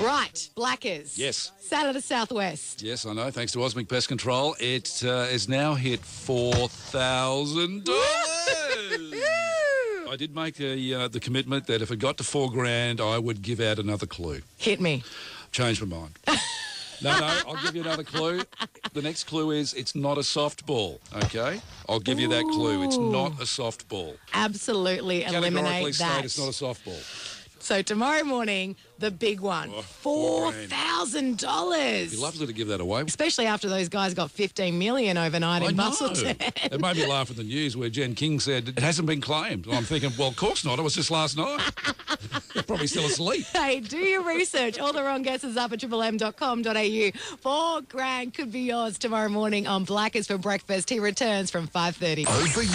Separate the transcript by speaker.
Speaker 1: Right, Blackers.
Speaker 2: Yes.
Speaker 1: Saturday Southwest.
Speaker 2: Yes, I know. Thanks to Osmic Pest Control, it uh, is now hit four thousand dollars. I did make a, uh, the commitment that if it got to four grand, I would give out another clue.
Speaker 1: Hit me.
Speaker 2: Changed my mind. No, no, I'll give you another clue. The next clue is it's not a softball, okay? I'll give you that clue. It's not a softball.
Speaker 1: Absolutely
Speaker 2: Categorically
Speaker 1: eliminate
Speaker 2: state
Speaker 1: that.
Speaker 2: it's not a softball.
Speaker 1: So tomorrow morning, the big one.
Speaker 2: four
Speaker 1: Four
Speaker 2: grand.
Speaker 1: thousand
Speaker 2: Be
Speaker 1: dollars.
Speaker 2: lovely to give that away.
Speaker 1: Especially after those guys got fifteen million overnight in Musselton.
Speaker 2: It made me laugh at the news where Jen King said it hasn't been claimed. And I'm thinking, well, of course not. It was just last night. Probably still asleep.
Speaker 1: Hey, do your research. All the wrong guesses up at triplem.com.au. Four grand could be yours tomorrow morning on Blackers for Breakfast. He returns from 5.30.
Speaker 3: Over